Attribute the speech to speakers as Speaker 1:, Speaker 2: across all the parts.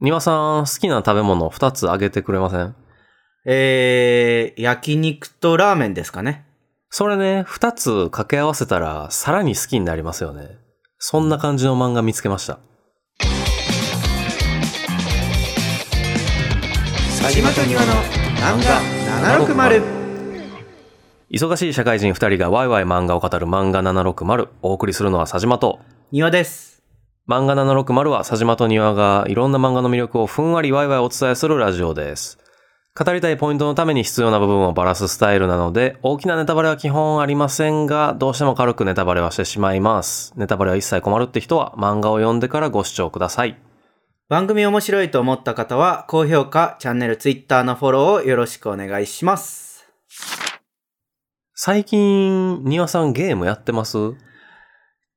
Speaker 1: 庭さん、好きな食べ物2つあげてくれません
Speaker 2: えー、焼肉とラーメンですかね。
Speaker 1: それね、2つ掛け合わせたら、さらに好きになりますよね。そんな感じの漫画見つけました。
Speaker 2: 佐島と庭の漫画760。
Speaker 1: 忙しい社会人2人がワイワイ漫画を語る漫画760。お送りするのは佐島と。
Speaker 2: 庭です。
Speaker 1: 漫画760は佐島と庭がいろんな漫画の魅力をふんわりワイワイお伝えするラジオです。語りたいポイントのために必要な部分をバラすスタイルなので、大きなネタバレは基本ありませんが、どうしても軽くネタバレはしてしまいます。ネタバレは一切困るって人は漫画を読んでからご視聴ください。
Speaker 2: 番組面白いと思った方は、高評価、チャンネル、ツイッターのフォローをよろしくお願いします。
Speaker 1: 最近、庭さんゲームやってます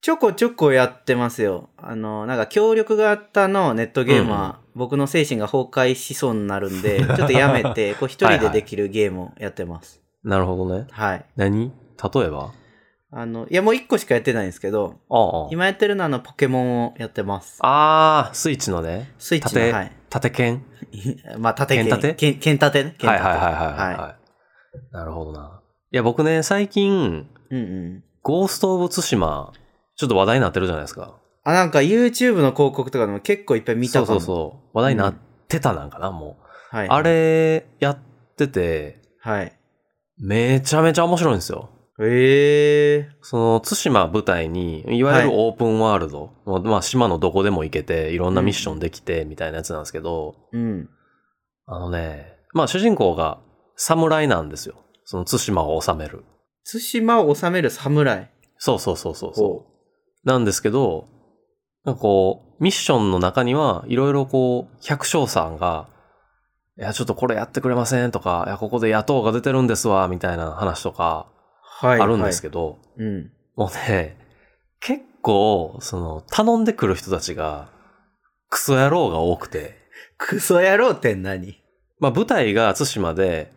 Speaker 2: ちょこちょこやってますよ。あの、なんか協力型のネットゲームは、僕の精神が崩壊しそうにな るんで、ちょっとやめて、こう一
Speaker 1: はい
Speaker 2: 人
Speaker 1: は
Speaker 2: で
Speaker 1: い
Speaker 2: できるゲームをやってます。
Speaker 1: なるほどね。
Speaker 2: はい。
Speaker 1: 何例えば
Speaker 2: あの、いやもう一個しかやってないんですけど、
Speaker 1: ああ。
Speaker 2: 今やってるのはあの、ポケモンをやってます。
Speaker 1: あー、スイッチのね。
Speaker 2: スイッチ
Speaker 1: 縦
Speaker 2: の、はい。
Speaker 1: 縦剣
Speaker 2: まあ、縦剣。
Speaker 1: 剣盾
Speaker 2: 剣剣盾ね。剣
Speaker 1: はい
Speaker 2: 盾
Speaker 1: はいはいはい、
Speaker 2: は
Speaker 1: はい。なるほどな。いや、僕ね、最近、
Speaker 2: い。うんうん。
Speaker 1: ゴースト・オブ・ツシマ、ちょっと話題になってるじゃないですか。
Speaker 2: あ、なんか YouTube の広告とかでも結構いっぱい見た
Speaker 1: そ
Speaker 2: か
Speaker 1: う
Speaker 2: も
Speaker 1: そうそう。話題になってたなんかな、もう。
Speaker 2: はい。
Speaker 1: あれ、やってて、
Speaker 2: はい。
Speaker 1: めちゃめちゃ面白いんですよ。
Speaker 2: ええ
Speaker 1: その、対馬舞台に、いわゆる
Speaker 2: はい
Speaker 1: オープンワールド、まあ、島のどこでも行けて、いろんなミッションできて、みたいなやつなんですけど、
Speaker 2: うん。
Speaker 1: あのね、まあ、主人公が侍なんですよ。その、対馬を治める。
Speaker 2: 対馬を治める侍。
Speaker 1: そうそうそうそうそう。
Speaker 2: ほ
Speaker 1: なんですけど、なんかこう、ミッションの中には、いろいろこう、百姓さんが、いや、ちょっとこれやってくれませんとか、いや、ここで野党が出てるんですわ、みたいな話とか、
Speaker 2: う。は
Speaker 1: あ
Speaker 2: い。
Speaker 1: るんです
Speaker 2: け
Speaker 1: けど、
Speaker 2: ど。うん。
Speaker 1: もうね、結構、その、頼んでくる人たちが、クソ野郎が多くて、
Speaker 2: クソ野郎って何
Speaker 1: まあ、舞台が対馬で、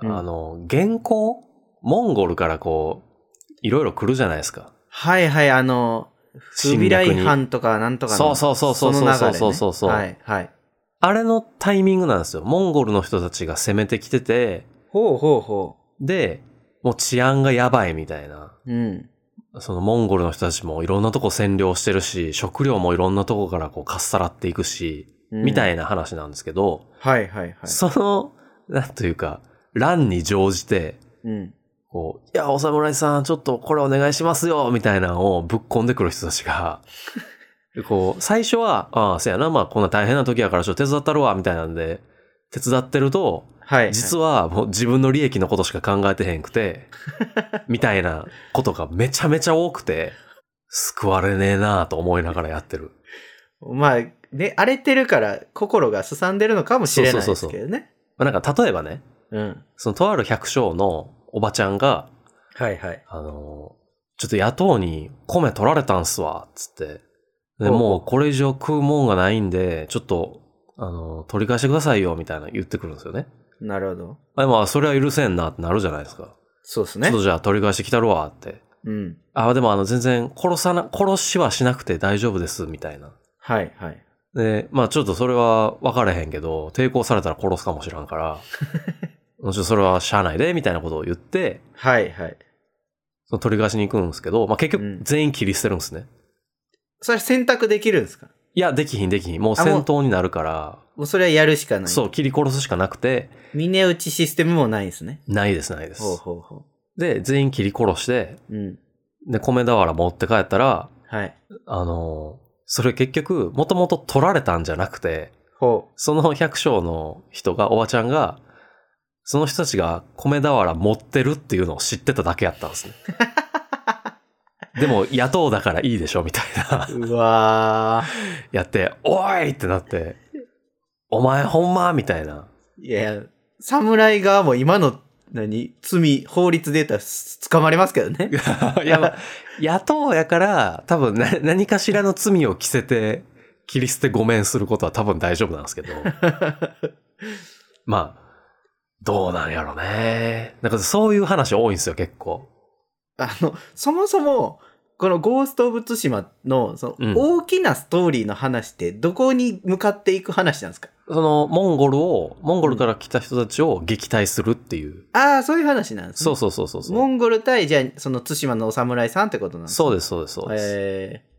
Speaker 2: うん
Speaker 1: あの、元寇モンゴルからこう、いろいろ来るじゃないですか。
Speaker 2: はいはい、あの、不備来犯とかなんとかの
Speaker 1: そうそうそうそうそう
Speaker 2: の流れね
Speaker 1: そうそうそう
Speaker 2: はいはい。
Speaker 1: あれのタイミングなんですよ。モンゴルの人たちが攻めてきてて、
Speaker 2: ほうほうほ
Speaker 1: で、もう治安がやばいみたいな。
Speaker 2: う。うん。
Speaker 1: そのモンゴルの人たちもいろんなとこ占領してるし、食料もいろんなとこからこうかっさらっていくし、みた
Speaker 2: い。
Speaker 1: いな話なんですけど、
Speaker 2: はいはいはい。
Speaker 1: その、なんというか、乱に乗じて、
Speaker 2: うん。
Speaker 1: こう、いや、お侍さん、ちょっとこれお願いしますよみたいなのをぶっ込んでくる人たち が、こう、最初は、ああ、せやな、まあこんな大変な時やからちょっと手伝ったるわ、みたいなんで、手伝ってると、
Speaker 2: はい、はい。
Speaker 1: 実はもう自分の利益のことしか考えてへんく て、みたいなことがめちゃめちゃ多くて、救われねえなぁと思いながらやってる。
Speaker 2: まあ、ね、荒れてるから心がすさんでるのかもしれないですけどね。
Speaker 1: まあ、なんか例えばね、
Speaker 2: うん。
Speaker 1: そのとある百姓のおばちゃんが、
Speaker 2: はいはい。
Speaker 1: あの、ちょっと野党に米取られたんすわ、つって。で、
Speaker 2: おう
Speaker 1: もうこれ以上食うもんがないんで、ちょっと、あの、取り返してくださいよ、みたいな言ってくるんですよね。
Speaker 2: なるほど。
Speaker 1: あまあ、それは許せんなってなるじゃないですか。
Speaker 2: そうです
Speaker 1: ちょ
Speaker 2: ね
Speaker 1: っ。とじゃあ取り返してきたるわ、って。
Speaker 2: うん。
Speaker 1: あ、でもあの全然殺さな、殺しはしなくて大丈夫です、みたいな。
Speaker 2: はいはい。
Speaker 1: で、まあちょっとそれは分からへんけど、抵抗されたら殺すかもしらん から、もちろんそれはしゃあないで、みたいなことを言って、
Speaker 2: はいはい。
Speaker 1: その取り返しに行くんですけど、まあ結
Speaker 2: う
Speaker 1: 局
Speaker 2: ん
Speaker 1: 全員切り捨てるんですね。
Speaker 2: それ選択できるんですか
Speaker 1: いや、できひんできひん。もう戦闘になるから、
Speaker 2: もうそれはやるしかない。
Speaker 1: そう、切り殺すしかなくて、
Speaker 2: 峰打ちシステムもないんですね。
Speaker 1: ないです、ないです。
Speaker 2: ほうほうほ
Speaker 1: で、全員切り殺して、
Speaker 2: う。うん。
Speaker 1: で、米俵持って帰ったら、
Speaker 2: はい。
Speaker 1: あのーそれ結局、もともと取られたんじゃなくて、
Speaker 2: ほ。
Speaker 1: その百姓の人が、おばちゃんが、その人たちが米俵持ってるっていうのを知ってただけやったんですね。でも、野党だからいいでしょ、みたいうな。
Speaker 2: うわー。
Speaker 1: やって、おいってなって、お前ほんまみたいな。
Speaker 2: いや、侍側も今の、何罪、法律データ捕まりますけどね。
Speaker 1: いや、まあ、野党やから、多分な何かしらの罪を着せて、切り捨てごめんすることは多分大丈夫なんですけど。 まあ、どうなんやろね。なんかそういう話多いんですよ、結構。
Speaker 2: あの、そもそも、このゴースト・オブ・ツシマの、そ
Speaker 1: うん
Speaker 2: の、大きなストーリーの話って、どこに向かっていく話なんですか、
Speaker 1: その、モンゴルを、モンゴルから来た人たちを撃退するっていう。
Speaker 2: ああ、そういう話なんですね。
Speaker 1: そうそうそうそうそう。
Speaker 2: モンゴル対、じゃあ、その、対馬のお侍さんってことなんですか
Speaker 1: そうです、そうです、そうです。
Speaker 2: えー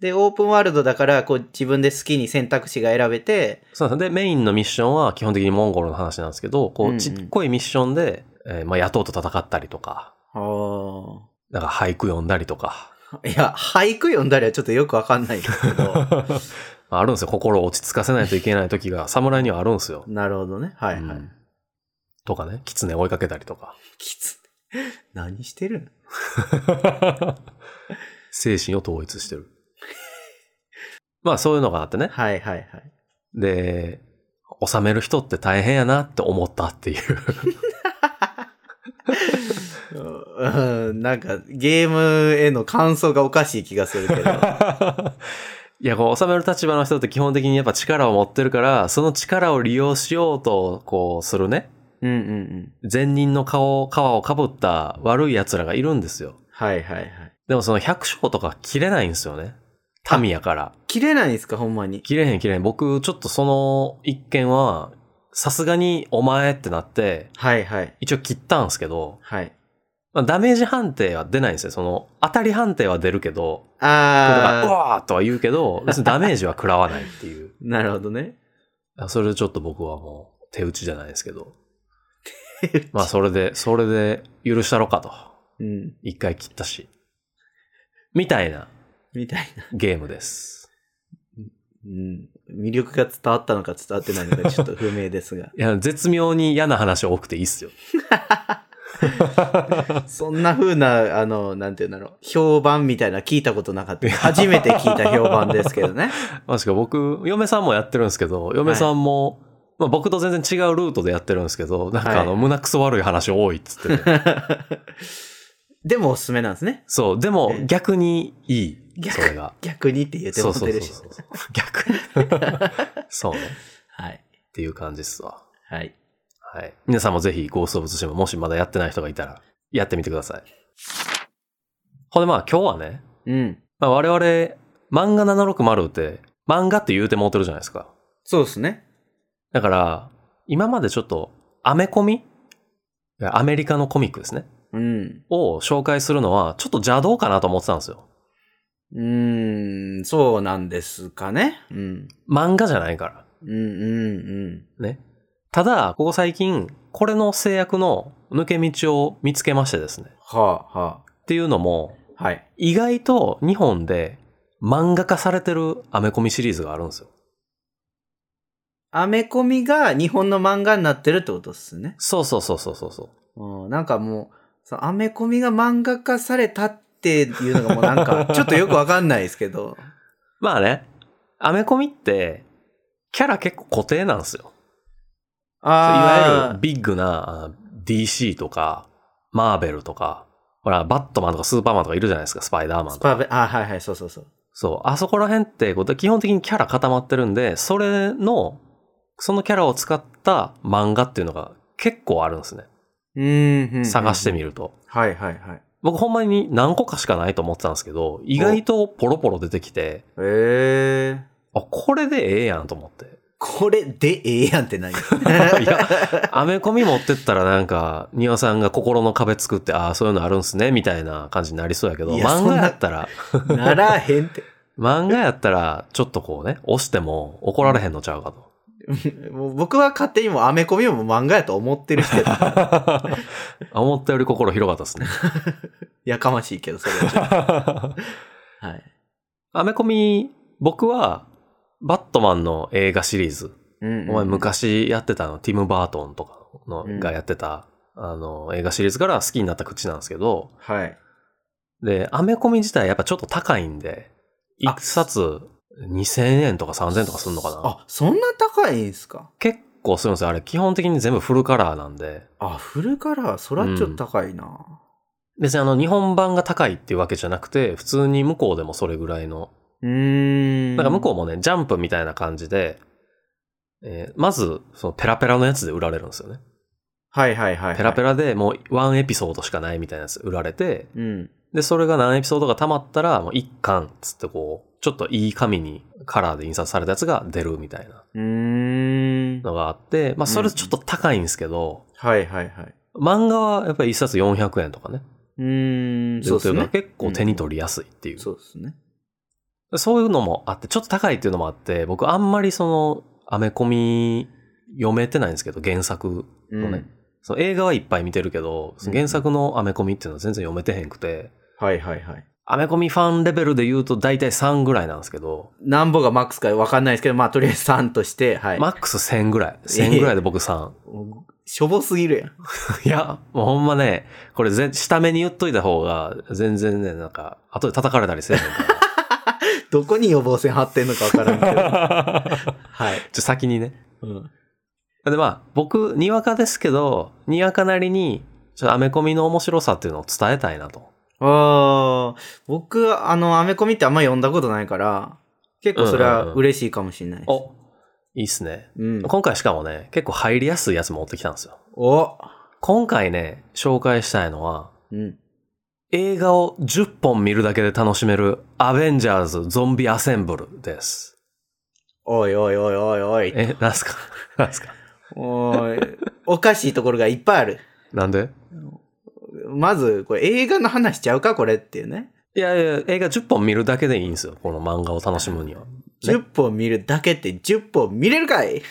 Speaker 2: で、オープンワールドだから、こう、自分で好きに選択肢が選べて、
Speaker 1: そうなんですで、メインのミッションは基本的にモンゴルの話なんですけど、こ
Speaker 2: うんう
Speaker 1: う、
Speaker 2: ん
Speaker 1: ちっこいミッションで、えーまあ、野党と戦ったりとか、
Speaker 2: ああ。
Speaker 1: なんか俳句読んだりと か、
Speaker 2: いや、俳句読んだりはちょっとよくわかんないんですけ ど。
Speaker 1: まああるんですよ。心を落ち着かせないといけない時が、侍にはあるんですよ。
Speaker 2: なるほどね。はいはい。
Speaker 1: うんとかね、狐追いかけたりと か。
Speaker 2: きつ。何してるん
Speaker 1: 精神を統一してる。まあそういうのがあってね。
Speaker 2: はいはいはい。
Speaker 1: で、収める人って大変やなって思ったっていう。
Speaker 2: うん、 なんか、ゲームへの感想がおかしい気がするけど。
Speaker 1: いや、こう、収める立場の人って基本的にやっぱ力を持ってるから、その力を利用しようと、 こう、するね。
Speaker 2: うんうんうん。
Speaker 1: 善人の顔、皮をかぶった悪い奴らがいるんですよ。
Speaker 2: はいはいはい。
Speaker 1: でもその百姓とか切れないんですよね。民やから。
Speaker 2: 切れないんですか、ほんまに。
Speaker 1: 切れへん切れへん。僕、ちょっとその一件は、さすがにお前ってなって、
Speaker 2: はいはい。
Speaker 1: 一応切ったんですけど、
Speaker 2: はい。
Speaker 1: まあ、ダメージ判定は出ないんですよ。その、当たり判定は出るけど、う
Speaker 2: あ
Speaker 1: わーとは言うけど、別にダメージは食らわないっていう。
Speaker 2: ー、なるほどね。
Speaker 1: それでちょっと僕はもう、手打ちじゃないですけど。まあ、それで、それで許したろかと。
Speaker 2: うん。
Speaker 1: 一回切ったし。みたいな
Speaker 2: みたいな。
Speaker 1: ゲームです。。
Speaker 2: うん。魅力が伝わったのか伝わってないのかちょっと不明ですが
Speaker 1: いや、絶妙に嫌な話多くていいっすよ。
Speaker 2: そんな風な、あの、なんて言うんだろう。評判みたいな聞いたことなかった。初めて聞いた評判ですけど ね。
Speaker 1: まじか僕、嫁さんもやってるんですけど、嫁さんも、まあ、僕と全然違うルートでやってるんですけど、なんかあの、
Speaker 2: は
Speaker 1: 胸くそ悪い話多いっつってて、
Speaker 2: でもおすすめなんですね。
Speaker 1: そう、でも逆にいい、
Speaker 2: 逆
Speaker 1: それが。
Speaker 2: 逆にって言って
Speaker 1: そ
Speaker 2: も
Speaker 1: うそ
Speaker 2: っ
Speaker 1: う
Speaker 2: て
Speaker 1: そう
Speaker 2: るし。
Speaker 1: そう。逆に。 そうね。っ
Speaker 2: はい。
Speaker 1: ていう感じっすわ。
Speaker 2: はい。
Speaker 1: はい。皆さんもぜひ、ゴーストオブツシマ、もしまだやってない人がいたら、やってみてください。ほんでまあ今日はね、
Speaker 2: うん。
Speaker 1: まあ、我々、漫画760って、漫画って言うてもうてるじゃないですか。
Speaker 2: そうですね。
Speaker 1: だから、今までちょっと、アメコミいやアメリカのコミックですね。
Speaker 2: うん。
Speaker 1: を紹介するのは、ちょっと邪道かなと思ってたんですよ。
Speaker 2: うーん、そうなんですかね。うん。
Speaker 1: 漫画じゃないか
Speaker 2: うん、うん、
Speaker 1: ら。ね。ただ、ここ最近、これの制約の抜け道を見つけましてですね。っ
Speaker 2: うん。はあ、は
Speaker 1: ていうのも、
Speaker 2: あ。はい。
Speaker 1: 意外と日本で漫画化されてるアメコミシリーズがあるんですよ。
Speaker 2: アメコミが日本の漫画になってるってことですね。
Speaker 1: そうそうそうそうそうそう。
Speaker 2: うん。なんかもう、そのアメコミが漫画化されたっていうのがもうな んか、ちょっとよくわかんないですけど。
Speaker 1: まあね、アメコミって、キャラ結構固定なんですよ。いわゆる
Speaker 2: ああ。
Speaker 1: ビッグなあ DC とか、マーベルとか、ほら、バットマンとかスーパーマンとかいるじゃないですか、スパイダーマン
Speaker 2: ス
Speaker 1: とか。
Speaker 2: パベ、あはいはい、そうそうそう。
Speaker 1: そう、あそこら辺って、こう基本的にキャラ固まってるんで、それの、そのキャラを使った漫画っていうのが結構あるんですね。
Speaker 2: うーんうん。
Speaker 1: 探してみると。
Speaker 2: はいはいはい。
Speaker 1: 僕ほんまに何個かしかないと思ってたんですけど、意外とポロポロ出てきて、
Speaker 2: ええー。
Speaker 1: あ、これでええやんと思って。
Speaker 2: これでええやんって何
Speaker 1: いや、アメコミ持ってったらなんか、ニワさんが心の壁作って、ああ、そういうのあるんすね、みたいな感じになりそうやけど、
Speaker 2: いや
Speaker 1: 漫
Speaker 2: そんな
Speaker 1: 画やったら、
Speaker 2: ならへんって。
Speaker 1: 漫画やったら、ちょっとこうね、押しても怒られへんのちゃうかと。
Speaker 2: もう僕は勝手にもうアメコミも漫画やと思って る人や
Speaker 1: 思ったより心広かった ですね。
Speaker 2: やかましいけど、それはち ょっと。はい。
Speaker 1: アメコミ、僕は、バットマンの映画シリーズ、
Speaker 2: うん
Speaker 1: お前。昔やってたの、ティム・バートンとかの
Speaker 2: うん
Speaker 1: がやってた、あの、映画シリーズから好きになった口なんですけど、
Speaker 2: はい。
Speaker 1: で、アメコミ自体やっぱちょっと高いんで、
Speaker 2: あ
Speaker 1: 一冊2000円とか3000円とかするのかな
Speaker 2: あ、そんな高いんすか
Speaker 1: 結構するんですよ。あれ基本的に全部フルカラーなんで。
Speaker 2: あ、フルカラー、そらちょっと高いな。
Speaker 1: 別にあの日本版が高いっていうわけじゃなくて、普通に向こうでもそれぐらいの。
Speaker 2: うーん。
Speaker 1: なんか向こうもね、ジャンプみたいな感じで、えーまず、そのペラペラのやつで売られるんですよね。
Speaker 2: う。はいはいはいはい。
Speaker 1: ペラペ
Speaker 2: ラ。
Speaker 1: ラでもうワンエピソードしかないみたいなやつ売られて、
Speaker 2: うん。
Speaker 1: で、それが何エピソードが溜まったら、もう一巻、つってこう、ちょっといい紙にカラーで印刷されたやつが出るみたいな
Speaker 2: うーん。
Speaker 1: のがあって、まあそれちょっと高いんですけど、
Speaker 2: はいはいはい。
Speaker 1: 漫画はやっぱり一冊400円とかね。
Speaker 2: うーん、そうで
Speaker 1: という
Speaker 2: す
Speaker 1: か
Speaker 2: ね。
Speaker 1: 結構手に取りやすいっていう。
Speaker 2: そうですね。
Speaker 1: そういうのもあって、ちょっと高いっていうのもあって、僕あんまりその、アメコミ読めてないんですけど、原作。
Speaker 2: う
Speaker 1: そうね
Speaker 2: ん。
Speaker 1: その映画はいっぱい見てるけど、その原作のアメコミっていうのは全然読めてへんくて、
Speaker 2: はいはいはい。
Speaker 1: アメコミファンレベルで言うと大体3ぐらいなんですけど、
Speaker 2: なんぼがマックスかわかんないですけど、まあとりあえず3として、はい。
Speaker 1: マックス1000ぐらい。1000ぐらいで僕3。
Speaker 2: しょぼすぎるやん。
Speaker 1: いや、もうほんまね、これぜ下目に言っといた方が、全然ね、なんか、後で叩かれたりせえへん か
Speaker 2: どこに予防線張ってんのかわからん けど。
Speaker 1: ら。
Speaker 2: はい。
Speaker 1: ちょ、先にね。
Speaker 2: うん。
Speaker 1: で、まあ、僕、にわかですけど、にわかなりに、ちょっとアメコミの面白さっていうのを伝えたいなと。
Speaker 2: ああ、僕、あの、アメコミってあんま読んだことないから、結構それ
Speaker 1: うんうん
Speaker 2: は
Speaker 1: うん
Speaker 2: 嬉しいかもしれないです。
Speaker 1: おいいっすね。
Speaker 2: うん。
Speaker 1: 今回しかもね、結構入りやすいやつ持ってきたんですよ。
Speaker 2: お
Speaker 1: 今回ね、紹介したいのは、
Speaker 2: うん。
Speaker 1: 映画を10本見るだけで楽しめる、アベンジャーズゾンビアセンブルです。
Speaker 2: おいおいおいおいおい。
Speaker 1: え、なんすか なんすか
Speaker 2: おい、おかしいところがいっぱいある。
Speaker 1: なんで
Speaker 2: まず、これ映画の話しちゃうかこれっていうね。
Speaker 1: いやいや、映画10本見るだけでいいんですよ。この漫画を楽しむには。
Speaker 2: 10本見るだけって10本見れるかいい
Speaker 1: い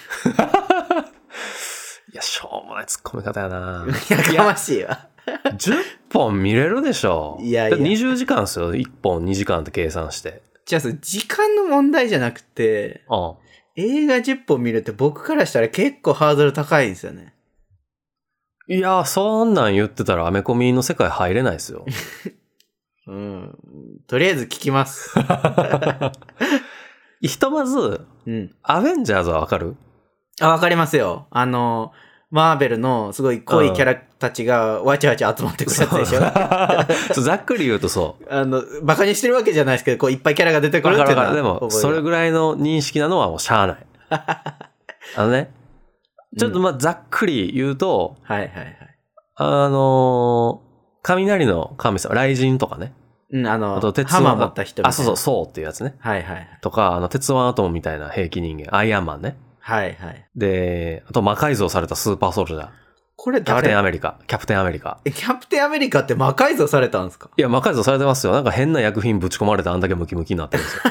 Speaker 1: や、しょうもない突っ込み方や な
Speaker 2: やかましいわ。
Speaker 1: 10本見れるでしょ。
Speaker 2: いやいや
Speaker 1: だって20時間ですよ。1本2時間って計算して。
Speaker 2: じゃあその時間の問題じゃなくて、
Speaker 1: うん。
Speaker 2: 映画10本見るって僕からしたら結構ハードル高いんですよね。
Speaker 1: いや、そんなん言ってたらアメコミの世界入れない ですよ。
Speaker 2: うん。とりあえず聞 きます。
Speaker 1: ひとまず、
Speaker 2: うん。
Speaker 1: アベンジャーズはわかる
Speaker 2: あ、わかりますよ。あの、マーベルのすごい濃いキャラたちがわちゃわちゃ集まってくるやつでしょ。
Speaker 1: ょざっくり言うとそう。
Speaker 2: あの、バカにしてるわけじゃないですけど、こういっぱいキャラが出てくる
Speaker 1: わ
Speaker 2: って
Speaker 1: か
Speaker 2: い
Speaker 1: る
Speaker 2: うの
Speaker 1: わ
Speaker 2: は
Speaker 1: かる。でも、
Speaker 2: 覚え
Speaker 1: そ
Speaker 2: が
Speaker 1: れぐらいの認識なのはもうしゃあ ない。あのね、ちょっとまあざっくり言うと、
Speaker 2: はいはいはい。
Speaker 1: あのー雷の神様、雷神とかね。
Speaker 2: うん、あの、
Speaker 1: あと、鉄腕ア
Speaker 2: 浜
Speaker 1: トム
Speaker 2: 持った人みたいな
Speaker 1: あ、そうそう、そうっていうやつね。
Speaker 2: はいはいはい。
Speaker 1: とか、あの、鉄腕アトムみたいな兵器人間、アイアンマンね。
Speaker 2: はいはい。
Speaker 1: で、あと、魔改造されたスーパーソルジャー。
Speaker 2: これ
Speaker 1: キャプテン
Speaker 2: 誰
Speaker 1: アメリカ。キャプテンアメリカ。
Speaker 2: えキャプテンアメリカって魔改造されたんですか
Speaker 1: いや、魔改造されてますよ。なんか変な薬品ぶち込まれてあんだけムキムキになって るんですよ。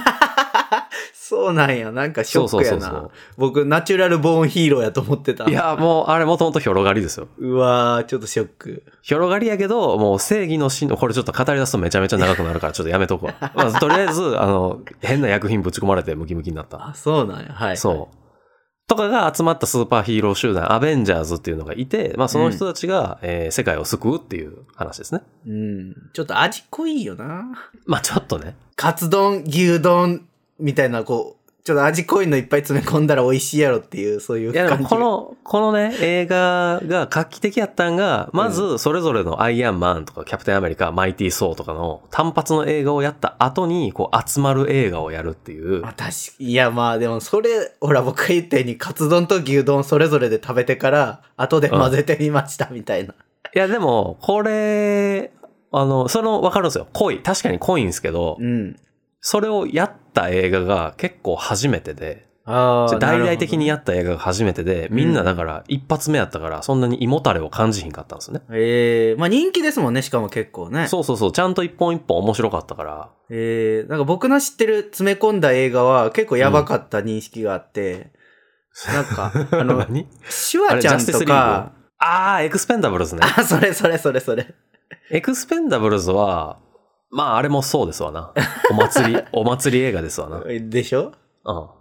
Speaker 2: そうなんや。なんかショックやな。
Speaker 1: そうそうそうそう
Speaker 2: 僕、ナチュラルボーンヒーローやと思ってた。
Speaker 1: いや、もう、あれもともと広がりですよ。
Speaker 2: うわー、ちょっとショック。
Speaker 1: 広がりやけど、もう正義の真の、これちょっと語り出すとめちゃめちゃ長くなるから、ちょっとやめと こう。まあ、とりあえず、あの、変な薬品ぶち込まれてムキムキになった。
Speaker 2: あ、そうなんや。はい。
Speaker 1: そう。とかが集まったスーパーヒーロー集団、アベンジャーズっていうのがいて、まあその人たちが、えー世界を救うっていう話ですね。
Speaker 2: う。うん。ちょっと味濃いよな。
Speaker 1: まあちょっとね。
Speaker 2: カツ丼、牛丼みたいな、こう、ちょっと味濃いのいっぱい詰め込んだら美味しいやろっていう、そういう
Speaker 1: いやで
Speaker 2: 感
Speaker 1: も
Speaker 2: じ。
Speaker 1: この、このね、映画が画期的やったんが、まずそれぞれのアイアンマンとかキャプテンアメリカ、マイティー・ソーとかの単発の映画をやった後に、こう集まる映画をやるっていう
Speaker 2: ま。あ、確かいや、まあ、でも、それ、ほら、僕が言ったように、カツ丼と牛丼それぞれで食べてから、後で混ぜてみました、みたいな。
Speaker 1: いやでも、これ、あの、その、わかるんですよ。濃い。確かに濃いんですけど
Speaker 2: う、ん。
Speaker 1: それをやった映画が結構初めてで、
Speaker 2: ああ。
Speaker 1: 大々的に
Speaker 2: や
Speaker 1: やった映画が初めてで、みんなだから一発目やったから、そんなに胃もたれを感じひんかったんですね。
Speaker 2: ええまあ、人気ですもんね、しかも結構ね。
Speaker 1: そうそうそう、ちゃんと一本一本面白かったから。
Speaker 2: ええなんか僕の知ってる詰め込んだ映画は、結構やばかった認識があって、なんか、あの、
Speaker 1: 何
Speaker 2: シュワちゃんとか、
Speaker 1: あー、エクスペンダブルズね。
Speaker 2: あ、それそれそれそれ。
Speaker 1: エクスペンダブルズは、まああれもそうですわな。お祭り、お祭り映画です わな。うん。
Speaker 2: でしょ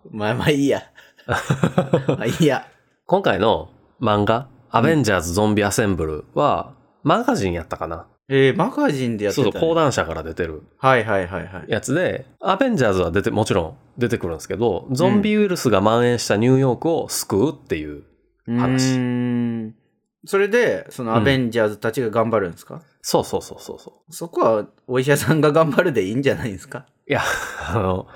Speaker 2: まあまあいい や。まあいいや。
Speaker 1: 今回の漫画、アベンジャーズ・ゾンビ・アセンブルは、マガジンやったかな。
Speaker 2: ええマガジンでやって
Speaker 1: そう
Speaker 2: た、
Speaker 1: そ
Speaker 2: ね。
Speaker 1: う、講談社から出てる
Speaker 2: はいはいはいはい。
Speaker 1: やつで、アベンジャーズは出て、もちろん出てくるんですけど、ゾンビウイルスが蔓延したニューヨークを救うっていう、話
Speaker 2: うーんそれで、そのアベンジャーズたちが頑張るんですか、
Speaker 1: そうそうそうそうそう。
Speaker 2: そこはお医者さんが頑張るでいいんじゃないですか
Speaker 1: いや、 あの、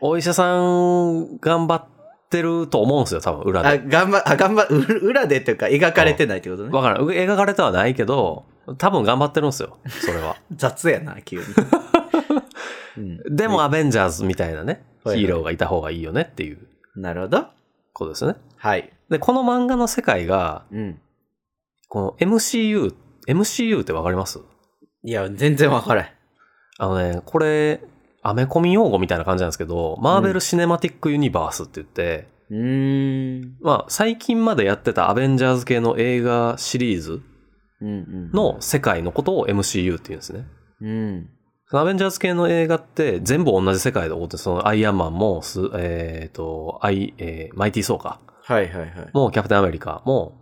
Speaker 1: お医者さん頑張ってると思うんですよ、多分、裏
Speaker 2: あ、
Speaker 1: で。
Speaker 2: 頑張、あ、頑張、う裏でというか、描かれてないってことね。
Speaker 1: わからん。描かれてはないけど、多分頑張ってるんですよ、それ は。
Speaker 2: 雑やな、 急に。うん
Speaker 1: でもアベンジャーズみたいなね、ヒ
Speaker 2: はい
Speaker 1: ーローがいた方がいいよねっていう
Speaker 2: なるほど。
Speaker 1: ことですね。
Speaker 2: はい。
Speaker 1: で、この漫画の世界が、
Speaker 2: うん。
Speaker 1: この MCU、MCU ってわかります
Speaker 2: いや、全然わからん。
Speaker 1: あのね、これ、アメコミ用語みたいな感じなんですけど、マーベ
Speaker 2: う
Speaker 1: ル・シネマティック・ユニバースって言って、
Speaker 2: うーん。
Speaker 1: まあ、最近までやってたアベンジャーズ系の映画シリーズ
Speaker 2: うんうん。
Speaker 1: の世界のことを MCU って言うんですね。
Speaker 2: うん。
Speaker 1: そのアベンジャーズ系の映画って全部同じ世界で起こって、そのアイアンマンもす、えっ、と、アイ、えーマイティー・ソーか、
Speaker 2: はいはいはい。
Speaker 1: もうキャプテンアメリカも、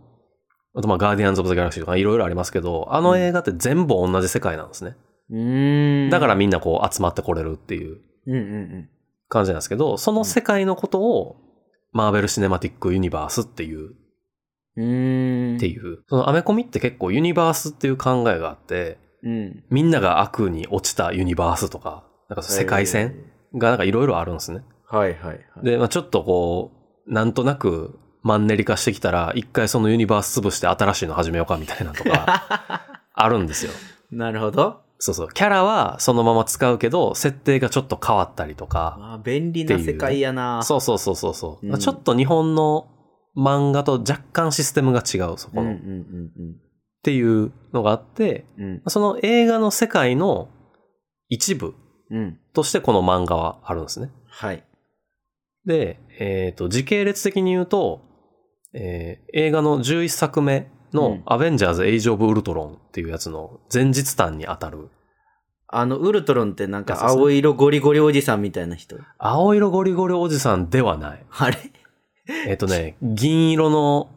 Speaker 1: あとまあ、ガーディアンズ・オブ・ザ・ギャラクシーとかいろいろありますけど、あの映画って全部同じ世界なんですね。
Speaker 2: うーん。
Speaker 1: だから、みんなこう集まってこれるっていう。
Speaker 2: うんうんうん。
Speaker 1: 感じなんですけど、その世界のことを、マーベル・シネマティック・ユニバースっていう、
Speaker 2: うーん。
Speaker 1: っていう。そのアメコミって結構ユニバースっていう考えがあって、
Speaker 2: うん。
Speaker 1: みんなが悪に落ちたユニバースとか、なんか世界線がなんかいろいろあるんですね。
Speaker 2: はいはいはい。
Speaker 1: で、まあちょっとこう、なんとなくマンネリ化してきたら、一回そのユニバース潰して新しいの始めようかみたいなのとか、 あるんですよ。
Speaker 2: なるほど。
Speaker 1: そうそう。キャラはそのまま使うけど、設定がちょっと変わったりとか。
Speaker 2: あー便利な世界やな。
Speaker 1: そうそうそうそうそう、
Speaker 2: うん
Speaker 1: ちょっと日本の漫画と若干システムが違う、そこ
Speaker 2: うん
Speaker 1: の。
Speaker 2: うん
Speaker 1: っ。ていうのがあって、
Speaker 2: うんうん。
Speaker 1: その映画の世界の一部
Speaker 2: うん。うん。
Speaker 1: としてこの漫画はあるんですね。
Speaker 2: はい。
Speaker 1: で、えっ、と、時系列的に言うと、えー映画の11作目
Speaker 2: う
Speaker 1: の
Speaker 2: ん
Speaker 1: アベンジャーズ・エイジ・オブ・ウルトロンっていうやつの前日誕に当たる、
Speaker 2: あの、ウルトロンってなんか青色ゴリゴリおじさんみたいな人。
Speaker 1: 青色ゴリゴリおじさんではない。
Speaker 2: あれ
Speaker 1: えっ、とね、銀色の、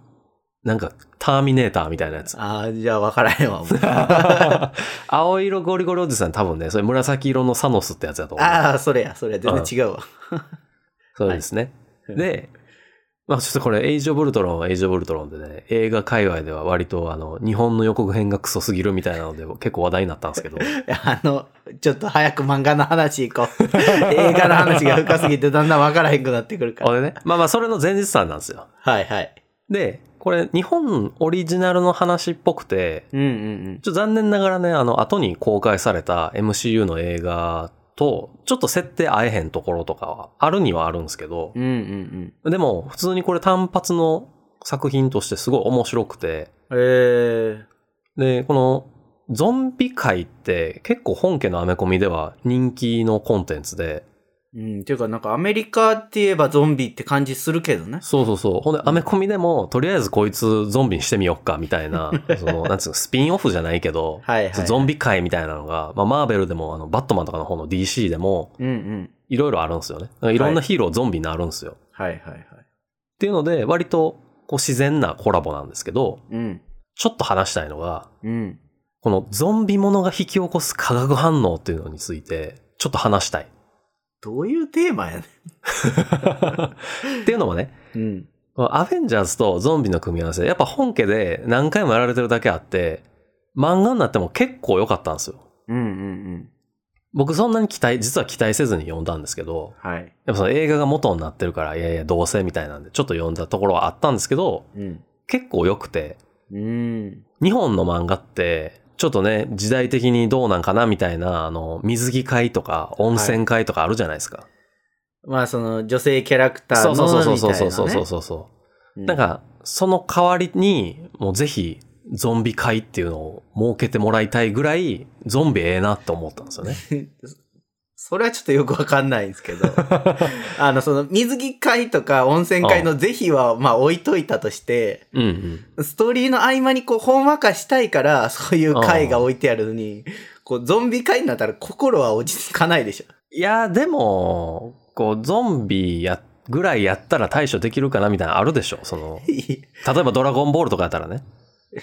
Speaker 1: なんか、ターミネーターみたいなやつ。
Speaker 2: ああ、じゃあ分からへんわ。もう
Speaker 1: 青色ゴリゴリおじさん多分ね、それ紫色のサノスってやつだと思う。
Speaker 2: ああ、それや、それや。全然違うわ。
Speaker 1: そうですね。
Speaker 2: はい
Speaker 1: で、まあちょっとこれ、エイジオブルトロンはエイジオブルトロンでね、映画界隈では割とあの、日本の予告編がクソすぎるみたいなので結構話題になったんですけ ど、
Speaker 2: いやあの、ちょっと早く漫画の話行こう。 映画の話が深すぎてだんだん分からへんくなってくるか
Speaker 1: こ
Speaker 2: ら。
Speaker 1: れね、まあまあそれの前日さんなんですよ。
Speaker 2: はいはい。
Speaker 1: で、これ、日本オリジナルの話っぽくて、
Speaker 2: うんうん
Speaker 1: ちょっと残念ながらね、あの、後に公開された MCU の映画と、ちょっと設定合えへんところとかは、あるにはあるんですけど
Speaker 2: うん。う、んうん
Speaker 1: でも、普通にこれ単発の作品としてすごい面白くて、
Speaker 2: うん。えー。
Speaker 1: で、この、ゾンビ界って結構本家のアメコミでは人気のコンテンツで、
Speaker 2: うん、っていうかなんかアメリカって言えばゾンビって感じするけどね。
Speaker 1: そうそうそう。ほんで、アメコミでも、とりあえずこいつゾンビにしてみよっか、みたいな、 その、なんつうの、スピンオフじゃないけど、
Speaker 2: はいはい。
Speaker 1: ゾンビ界みたいなのが、まあ、マーベルでも、あの、バットマンとかの方の DC でも、
Speaker 2: うんうん。
Speaker 1: いろいろあるんですよね。だからいろんな
Speaker 2: はい
Speaker 1: ヒーローゾンビになるんですよ。っ
Speaker 2: はいはいはい。
Speaker 1: ていうので、割と、こう、自然なコラボなんですけど、
Speaker 2: うん。
Speaker 1: ちょっと話したいのが、
Speaker 2: うん。
Speaker 1: このゾンビものが引き起こす化学反応っていうのについて、ちょっと話したい。
Speaker 2: どういうテーマやね
Speaker 1: っていうのもね、
Speaker 2: うん。
Speaker 1: このアベンジャーズとゾンビの組み合わせ、やっぱ本家で何回もやられてるだけあって、漫画になっても結構良かったんですよ。
Speaker 2: うんうんうん。
Speaker 1: 僕そんなに期待、実は期待せずに読んだんですけど、
Speaker 2: はい。
Speaker 1: やっぱその映画が元になってるから、いやいや、どうせみたいなんで、ちょっと読んだところはあったんですけど、
Speaker 2: うん。
Speaker 1: 結構良くて、
Speaker 2: うん。
Speaker 1: 日本の漫画って、ちょっとね、時代的にどうなんかなみたいな、あの、水着会とか温泉会とかあるじゃないですか。
Speaker 2: まあその女性キャラクターの
Speaker 1: そう
Speaker 2: み
Speaker 1: そ
Speaker 2: た
Speaker 1: う
Speaker 2: いな、ね。
Speaker 1: そうそうそうそうそうそうそうう。
Speaker 2: ん
Speaker 1: なん、か、その代わりに、もうぜひ、ゾンビ会っていうのを設けてもらいたいぐらい、ゾンビええなと思ったんですよね。
Speaker 2: それはちょっとよくわかんないんですけ ど。あの、その水着会とか温泉会の是非は、まあ置いといたとして、
Speaker 1: うんうん。
Speaker 2: ストーリーの合間にこう、ほんわかしたいから、そういう会が置いてあるのに、こう、ゾンビ会になったら心は落ち着かないでしょ。
Speaker 1: いや、でも、こう、ゾンビや、ぐらいやったら対処できるかなみたいなのあるでしょその、例えばドラゴンボールとかやったらね。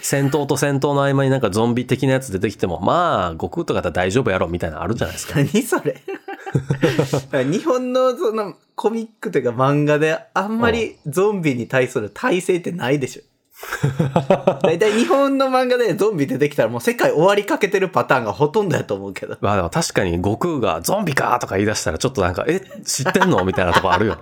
Speaker 1: 戦闘と戦闘の合間になんかゾンビ的なやつ出てきても、まあ、悟空とかだったら大丈夫やろみたいなのあるじゃないですか。
Speaker 2: 何それ 日本のそのコミックというか漫画であんまりゾンビに対する耐性ってないでしょ。だいたい日本の漫画でゾンビ出てきたらもう世界終わりかけてるパターンがほとんどやと思う けど。
Speaker 1: まあでも確かに悟空がゾンビかとか言い出したらちょっとなんか、え、知ってんのみたいなとこあるよ。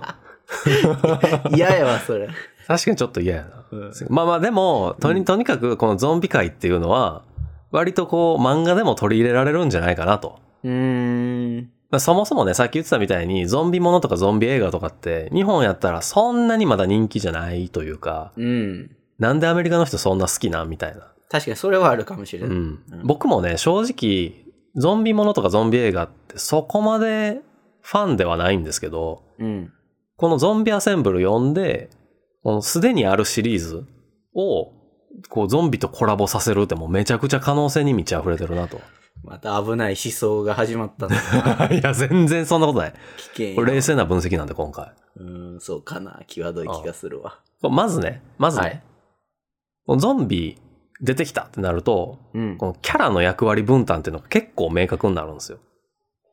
Speaker 2: 嫌やわ、それ。
Speaker 1: 確かにちょっと嫌やな。
Speaker 2: うん
Speaker 1: まあまあでも、とに、とにかくこのゾンビ界っていうのは、割とこう漫画でも取り入れられるんじゃないかなと。
Speaker 2: うーん。
Speaker 1: まあそもそもね、さっき言ってたみたいに、ゾンビものとかゾンビ映画とかって、日本やったらそんなにまだ人気じゃないというか、
Speaker 2: うん。
Speaker 1: なんでアメリカの人そんな好きなんみたいな。
Speaker 2: 確かにそれはあるかもしれ
Speaker 1: う
Speaker 2: ない。
Speaker 1: ん。僕もね、正直、ゾンビものとかゾンビ映画ってそこまでファンではないんですけど、
Speaker 2: うん。
Speaker 1: このゾンビアセンブル読んで、このすでにあるシリーズを、こうゾンビとコラボさせるってもうめちゃくちゃ可能性に満ち溢れてるなと。
Speaker 2: また危ない思想が始まったんだ
Speaker 1: いや、全然そんなことない。
Speaker 2: 危険
Speaker 1: これ冷
Speaker 2: よ。
Speaker 1: 静な分析なんで今回。
Speaker 2: うん、そうかな。際どい気がするわ。
Speaker 1: これまずね、まずね、
Speaker 2: はい
Speaker 1: このゾンビ出てきたってなると、
Speaker 2: うん。
Speaker 1: このキャラの役割分担っていうのが結構明確になるんですよ。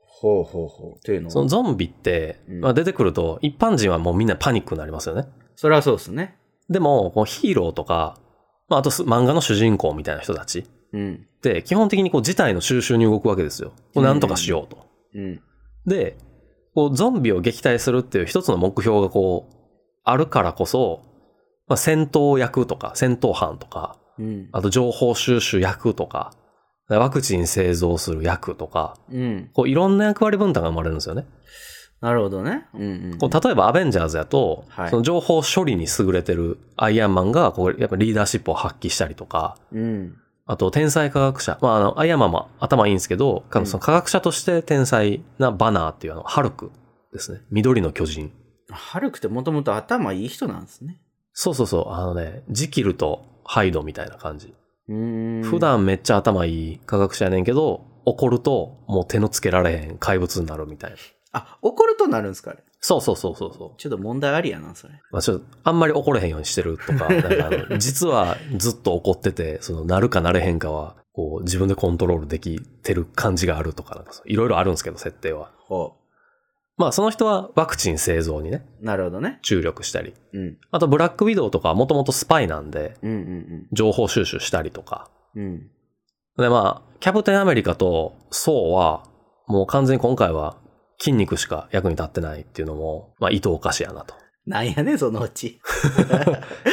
Speaker 2: ほうほうほう。というの
Speaker 1: その
Speaker 2: は
Speaker 1: ゾンビって、
Speaker 2: うん
Speaker 1: まあ、出てくると一般人はもうみんなパニックになりますよね。
Speaker 2: それはそうですね。
Speaker 1: でも、こうヒーローとか、まあ、あとす漫画の主人公みたいな人たちっ
Speaker 2: うん。
Speaker 1: て基本的にこう事態の収集に動くわけですよ。こうなんとかしようと。
Speaker 2: うん。
Speaker 1: で、こうゾンビを撃退するっていう一つの目標がこう、あるからこそ、まあ、戦闘役とか、戦闘班とか、
Speaker 2: うん。
Speaker 1: あと情報収集役とか、ワクチン製造する役とか、
Speaker 2: うん。
Speaker 1: こういろんな役割分担が生まれるんですよね。
Speaker 2: なるほどね。うんうん。
Speaker 1: こう例えばアベンジャーズやと、
Speaker 2: はい
Speaker 1: その情報処理に優れてるアイアンマンがこうやっぱリーダーシップを発揮したりとか、
Speaker 2: うん。
Speaker 1: あと天才科学者、まあ、あのアイアンマンも頭いいんですけど、
Speaker 2: うん
Speaker 1: その科学者として天才なバナーっていうあのハルクですね。緑の巨人。
Speaker 2: ハルクってもともと頭いい人なんですね。
Speaker 1: そうそうそう、あのね、ジキルとハイドみたいな感じ。
Speaker 2: うーん。
Speaker 1: 普。段めっちゃ頭いい科学者やねんけど、怒るともう手のつけられへん怪物になるみたいな。
Speaker 2: あ、怒るとなるんですかあれ。
Speaker 1: そうそうそうそうそう。
Speaker 2: ちょっと問題ありやな、それ。
Speaker 1: まあ、ちょっとあんまり怒れへんようにしてるとか、なんかあ の実はずっと怒ってて、その、なるかなれへんかは、こう、自分でコントロールできてる感じがあるとか、なんかそういろいろあるんですけど、設定は。
Speaker 2: ほ
Speaker 1: まあ、その人はワクチン製造にね、
Speaker 2: う。なるほどね。
Speaker 1: 注力したり。
Speaker 2: うん。
Speaker 1: あと、ブラックウィドウとかはもともとスパイなんで、
Speaker 2: うんうん
Speaker 1: 情報収集したりとか。
Speaker 2: うん。うん。
Speaker 1: で、まあ、キャプテンアメリカとソーは、もう完全に今回は筋肉しか役に立ってないっていうのも、まあ、意図おかしやなと。
Speaker 2: なんやねん、そのうち。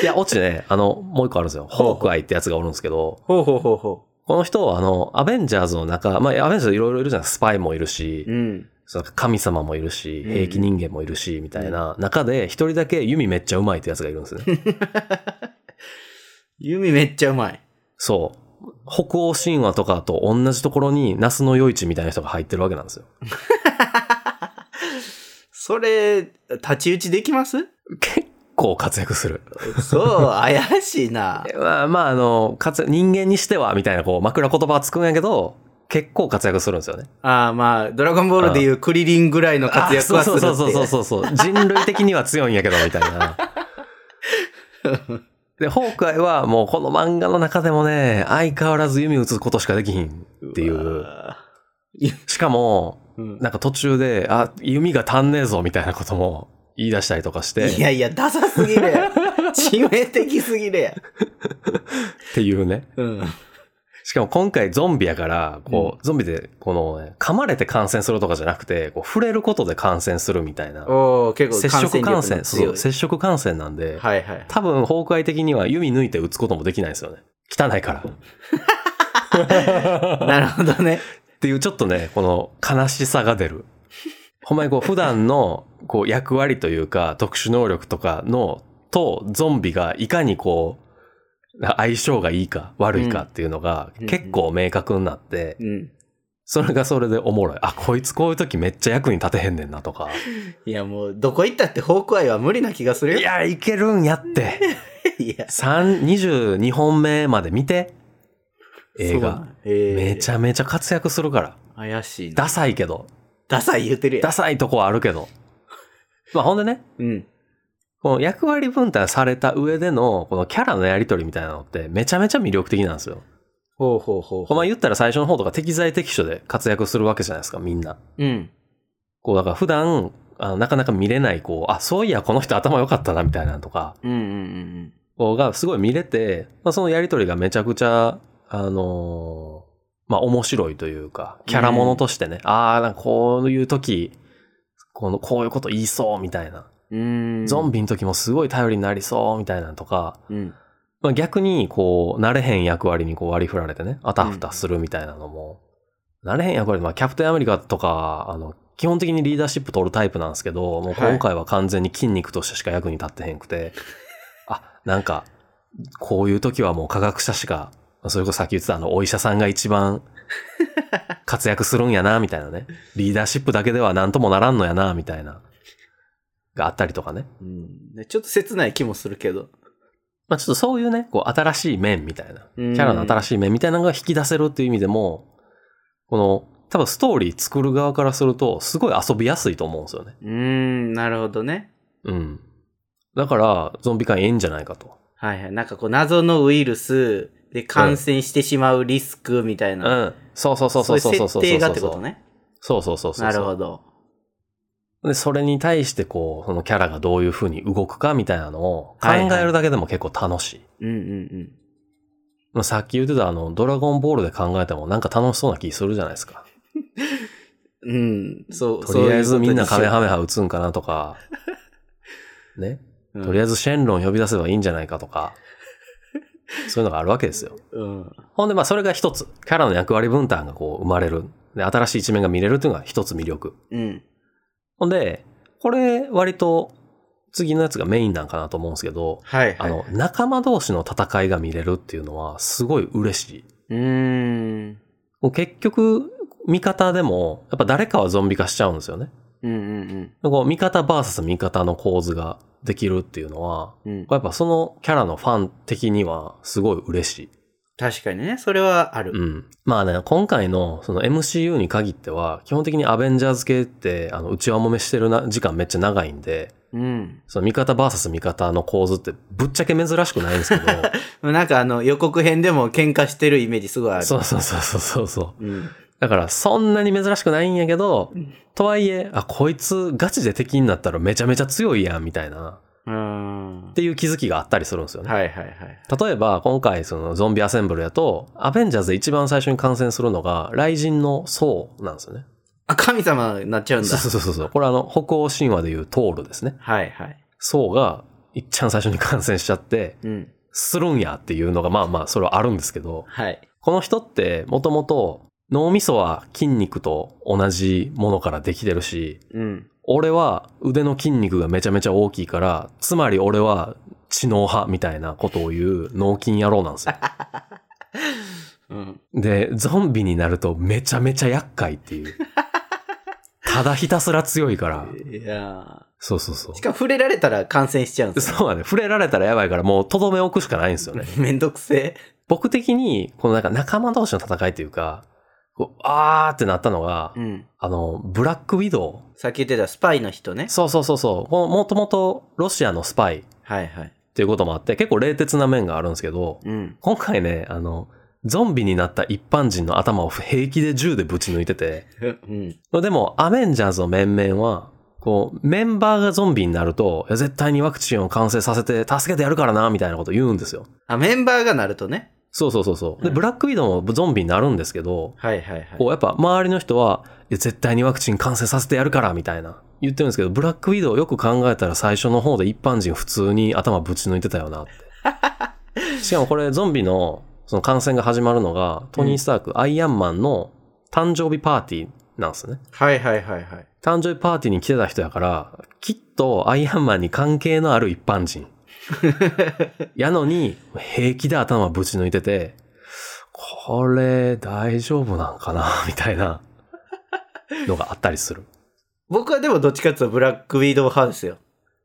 Speaker 1: いや、オチね、 あの、もう一個あるんですよ。ホークアイってやつがおるんですけど、
Speaker 2: ほうほうほうほ
Speaker 1: この人は、あの、アベンジャーズの中、まあ、アベンジャーズいろいろいるじゃないスパイもいるし、
Speaker 2: うん。
Speaker 1: その神様もいるし、
Speaker 2: うん
Speaker 1: 平気人間もいるし、みたいな中で、一人だけ弓めっちゃうまいってやつがいるんですね。
Speaker 2: 弓めっちゃうまい。
Speaker 1: そう。北欧神話とかと同じところに、ナスの夜市みたいな人が入ってるわけなんですよ。
Speaker 2: それ、立ち打ちできます
Speaker 1: 結構活躍する。
Speaker 2: そう、怪しいな。
Speaker 1: まあ、まあ、あの、活躍人間にしては、みたいな、こう、枕言葉はつくんやけど、結構活躍するんですよね。
Speaker 2: ああ、まあ、ドラゴンボールでいうクリリンぐらいの活躍はす
Speaker 1: あ
Speaker 2: るって
Speaker 1: そうそうそうそうそうそう。人類的には強いんやけど、みたい な。で、ホークアイはもうこの漫画の中でもね、相変わらず弓打つことしかできひんっていうう。
Speaker 2: わ
Speaker 1: しかも、
Speaker 2: ーうん
Speaker 1: なんか途中で、あ、弓が足んねえぞ、みたいなことも言い出したりとかして、
Speaker 2: いやいや、ダサすぎるやん。 致命的すぎるやん。
Speaker 1: っていうね。
Speaker 2: うん。
Speaker 1: しかも今回ゾンビやから、こう、ゾンビで、このね、噛まれて感染するとかじゃなくて、こう触れることで感染するみたいな。
Speaker 2: おお結
Speaker 1: 接
Speaker 2: 構感
Speaker 1: 触
Speaker 2: 染
Speaker 1: 感
Speaker 2: 力
Speaker 1: 染、
Speaker 2: の
Speaker 1: そうそ
Speaker 2: 強
Speaker 1: う、
Speaker 2: い。
Speaker 1: 接触感染なんで、
Speaker 2: はいはい。
Speaker 1: 多分崩壊的には弓抜いて撃つこともできないですよね。汚いから。
Speaker 2: なるほどね。
Speaker 1: っていうちょっとね、この悲しさが出る。ほんまにこう普段のこう役割というか特殊能力とかのとゾンビがいかにこう相性がいいか悪いかっていうのが
Speaker 2: うん
Speaker 1: 結構明確になって、
Speaker 2: うん。
Speaker 1: それがそれでおもろい。あ、こいつこういう時めっちゃ役に立てへんねんなとか。
Speaker 2: いやもう、どこ行ったってホークアイは無理な気がするよ。
Speaker 1: いや、いけるんやって。
Speaker 2: いや、
Speaker 1: 3、22本目まで見て。映画。。
Speaker 2: え
Speaker 1: めち
Speaker 2: ゃ。
Speaker 1: ゃめちゃ活躍するから。
Speaker 2: 怪しいな。
Speaker 1: ダサいけど。
Speaker 2: ダサい言うてるや
Speaker 1: ダサいとこはあるけど。まあほんでね、
Speaker 2: ん。うん。
Speaker 1: この役割分担された上での、このキャラのやりとりみたいなのってめちゃめちゃ魅力的なんですよ。
Speaker 2: ほうほうほう
Speaker 1: こ
Speaker 2: ほ
Speaker 1: の言ったら最初の方とか適材適所で活躍するわけじゃないですか、みんな。
Speaker 2: う。うん。
Speaker 1: こう、だから普段、あのなかなか見れない、こう、あ、そういや、この人頭良かったな、みたいなのとか、
Speaker 2: うんうんうん
Speaker 1: こうがすごい見れて、まあ、そのやりとりがめちゃくちゃ、あのーまあ、面白いというか、キャラものとしてね、ああ、なんかこういう時、この、こういうこと言いそう、みたいな。
Speaker 2: うん。うーん。
Speaker 1: ゾンビの時もすごい頼りになりそうみたいなのとか、
Speaker 2: ビ。うん。
Speaker 1: まあ、逆に、こう、慣れへん役割にこう割り振られてね、あたふたするみたいなのも、慣れへん役割、まあ、キャプテンアメリカとか、あの、基本的にリーダーシップ取るタイプなんですけど、もう今回は完全に筋肉としてしか役に立ってへんくて、あ、なんか、こういう時はもう科学者しか、まあそれこそさっき言ってたあの、お医者さんが一番活躍するんやな、みたいなね。リーダーシップだけではなんともならんのやな、みたいな、があったりとかね。
Speaker 2: うんねちょっと切ない気もするけど。
Speaker 1: まあちょっとそういうね、こう新しい面みたいな、
Speaker 2: キ
Speaker 1: キャラの新
Speaker 2: しい。
Speaker 1: しい面みたいなのが引き出せるっていう意味でも、この、多分ストーリー作る側からすると、すごい遊びやすいと思うんですよね。
Speaker 2: うーん、なるほどね。
Speaker 1: うん。だから、ゾンビ界ええんじゃないかと。
Speaker 2: はいはい。なんかこう、謎のウイルスで感染してしまうリスクみたいうな。
Speaker 1: ん。そうそうそうそうそうそうそうそう。
Speaker 2: い設定がってことね。
Speaker 1: そうそうそうそう。
Speaker 2: なるほど。
Speaker 1: で、それに対してこう、そのキャラがどういう風に動くかみたいなのを考
Speaker 2: はいはい
Speaker 1: えるだけでも結構楽しい。
Speaker 2: うんうん
Speaker 1: まあさっき言ってたあの、ドラゴンボールで考えてもなんか楽しそうな気するじゃないですか。
Speaker 2: うん。うん、そう、
Speaker 1: とりあえずみんなカメハ
Speaker 2: メ。
Speaker 1: メハ打つんかなとか、ね。
Speaker 2: うん
Speaker 1: とりあえずシェンロン呼び出せばいいんじゃないかとか、そういうのがあるわけですよ。
Speaker 2: うん。
Speaker 1: ほんでまあそれが一つ、キャラの役割分担がこう生まれる。で、新しい一面が見れるっていうのが一つ魅力。
Speaker 2: うん。
Speaker 1: ほんで、これ割と次のやつがメインなんかなと思うんですけど、
Speaker 2: はいはい。
Speaker 1: あの、仲間同士の戦いが見れるっていうのは、すごい嬉しい。
Speaker 2: うーん。
Speaker 1: もう結局、味方でも、やっぱ誰かはゾンビ化しちゃうんですよね。
Speaker 2: うんうん
Speaker 1: こう、味方 VS 味方の構図ができるっていうのは、
Speaker 2: うん。うん
Speaker 1: やっぱそのキャラのファン的には、すごい嬉しい。
Speaker 2: 確かにね、それはある。
Speaker 1: うん。まあね、今回の、その MCU に限っては、基本的にアベンジャーズ系って、あの、内輪もめしてるな時間めっちゃ長いんで、
Speaker 2: うん。
Speaker 1: その味方 VS 味方の構図って、ぶっちゃけ珍しくないんですけど、
Speaker 2: なんかあの、予告編でも喧嘩してるイメージすごいある。
Speaker 1: そうそうそうそうそうそう。
Speaker 2: うん。
Speaker 1: だからそんなに珍しくないんやけど
Speaker 2: うん、
Speaker 1: とはいえ、あ、こいつガチで敵になったらめちゃめちゃ強いやん、みたいな、
Speaker 2: うーん
Speaker 1: っ。ていう気づきがあったりするんですよね。
Speaker 2: はいはいはい。
Speaker 1: 例えば、今回そのゾンビアセンブルやと、アベンジャーズで一番最初に感染するのが、雷神の僧なんですよね。
Speaker 2: あ、神様になっちゃうんだ。
Speaker 1: そうそうそうそう。これあの、北欧神話でいうトールですね。
Speaker 2: はいはい。
Speaker 1: 僧が、いっちゃん最初に感染しちゃって、
Speaker 2: うん。
Speaker 1: するんやっていうのが、まあまあ、それはあるんですけど、
Speaker 2: はい。
Speaker 1: この人って、もともと、脳みそは筋肉と同じものからできてるし、
Speaker 2: うん。
Speaker 1: 俺は腕の筋肉がめちゃめちゃ大きいから、つまり俺は知能派みたいなことを言う脳筋野郎なんですよ。
Speaker 2: うん。
Speaker 1: で、ゾンビになるとめちゃめちゃ厄介って いう。ただひたすら強いから。
Speaker 2: いや
Speaker 1: そうそうそ
Speaker 2: ーしかも触れられたら感染しちゃうん
Speaker 1: う。
Speaker 2: ですよ。
Speaker 1: そうだね。触れられたらやばいからもうとどめ置くしかないんですよね。
Speaker 2: めんどくせ
Speaker 1: 僕的に、このなんか仲間同士の戦いっていうか、こうあーってなったのが
Speaker 2: え。う、ん。
Speaker 1: あの、ブラックウィドウ。
Speaker 2: さっき言ってたスパイの人ね。
Speaker 1: そうそうそうそう。このもともとロシアのスパイっ
Speaker 2: はいはい。
Speaker 1: ていうこともあって、結構冷徹な面があるんですけど、
Speaker 2: うん。
Speaker 1: 今回ね、あの、ゾンビになった一般人の頭を平気で銃でぶち抜いてて、
Speaker 2: うん。
Speaker 1: でも、アベンジャーズの面々は、こう、メンバーがゾンビになると、いや絶対にワクチンを完成させて助けてやるからな、みたいなこと言うんですよ。
Speaker 2: あ、メンバーがなるとね。
Speaker 1: そうそうそうそう。で、
Speaker 2: うん
Speaker 1: ブラックウィドウもゾンビになるんですけど、
Speaker 2: はいはいはい。
Speaker 1: こう、やっぱ周りの人は、いや絶対にワクチン完成させてやるから、みたいな。言ってるんですけど、ブラックウィドウよく考えたら最初の方で一般人普通に頭ぶち抜いてたよ なって。しかもこれゾンビのその感染が始まるのが、トニー・スターク、アイアンマンの誕生日パーティーなんですね。
Speaker 2: はいはいはいはい。
Speaker 1: 誕生日パーティーに来てた人やから、きっとアイアンマンに関係のある一般人。やのに、平気で頭ぶち抜いてて、これ大丈夫なんかなみたいなのがあったりする。
Speaker 2: 僕はでもどっちかっていうとブラックウィドウ派ですよ。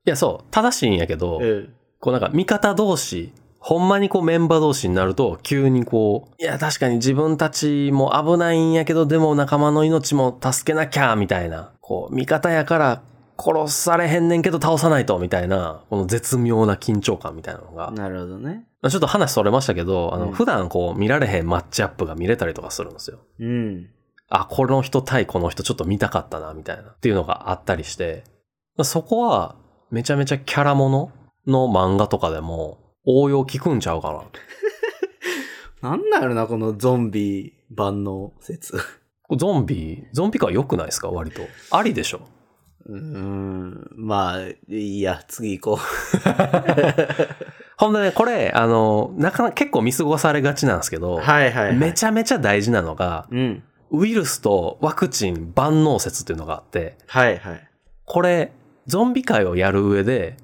Speaker 1: いや、そう、正しいんやけど、
Speaker 2: うん。
Speaker 1: こうなんか味方同士、ほんまにこうメンバー同士になると急にこう、いや確かに自分たちも危ないんやけど、でも仲間の命も助けなきゃ、みたいな。こう、味方やから殺されへんねんけど倒さないと、みたいな、この絶妙な緊張感みたいなのが。ま
Speaker 2: なるほどね。
Speaker 1: あちょっと話それましたけど、あ
Speaker 2: う
Speaker 1: の、
Speaker 2: ん
Speaker 1: 普段こう見られへんマッチアップが見れたりとかするんですよ。
Speaker 2: うん。
Speaker 1: あ、この人対この人ちょっと見たかったな、みたいな。っていうのがあったりして。まあそこは、めちゃめちゃキャラものの漫画とかでも、応用効くんちゃうかな。
Speaker 2: なんなるな、このゾンビ万能 説。
Speaker 1: これゾンビ、ゾンビ感良くないですか割と。ありでしょ
Speaker 2: うーん。まあ、いいや、次行こ
Speaker 1: ほんでね、これ、あの、なかなか結構見過ごされがちなんですけど、
Speaker 2: はいはい、はい。
Speaker 1: めちゃめちゃ大事なのが、
Speaker 2: うん。
Speaker 1: ウイルスとワクチン万能説っていうのがあって、
Speaker 2: はいはい。
Speaker 1: これ、ゾンビ界をやる上で、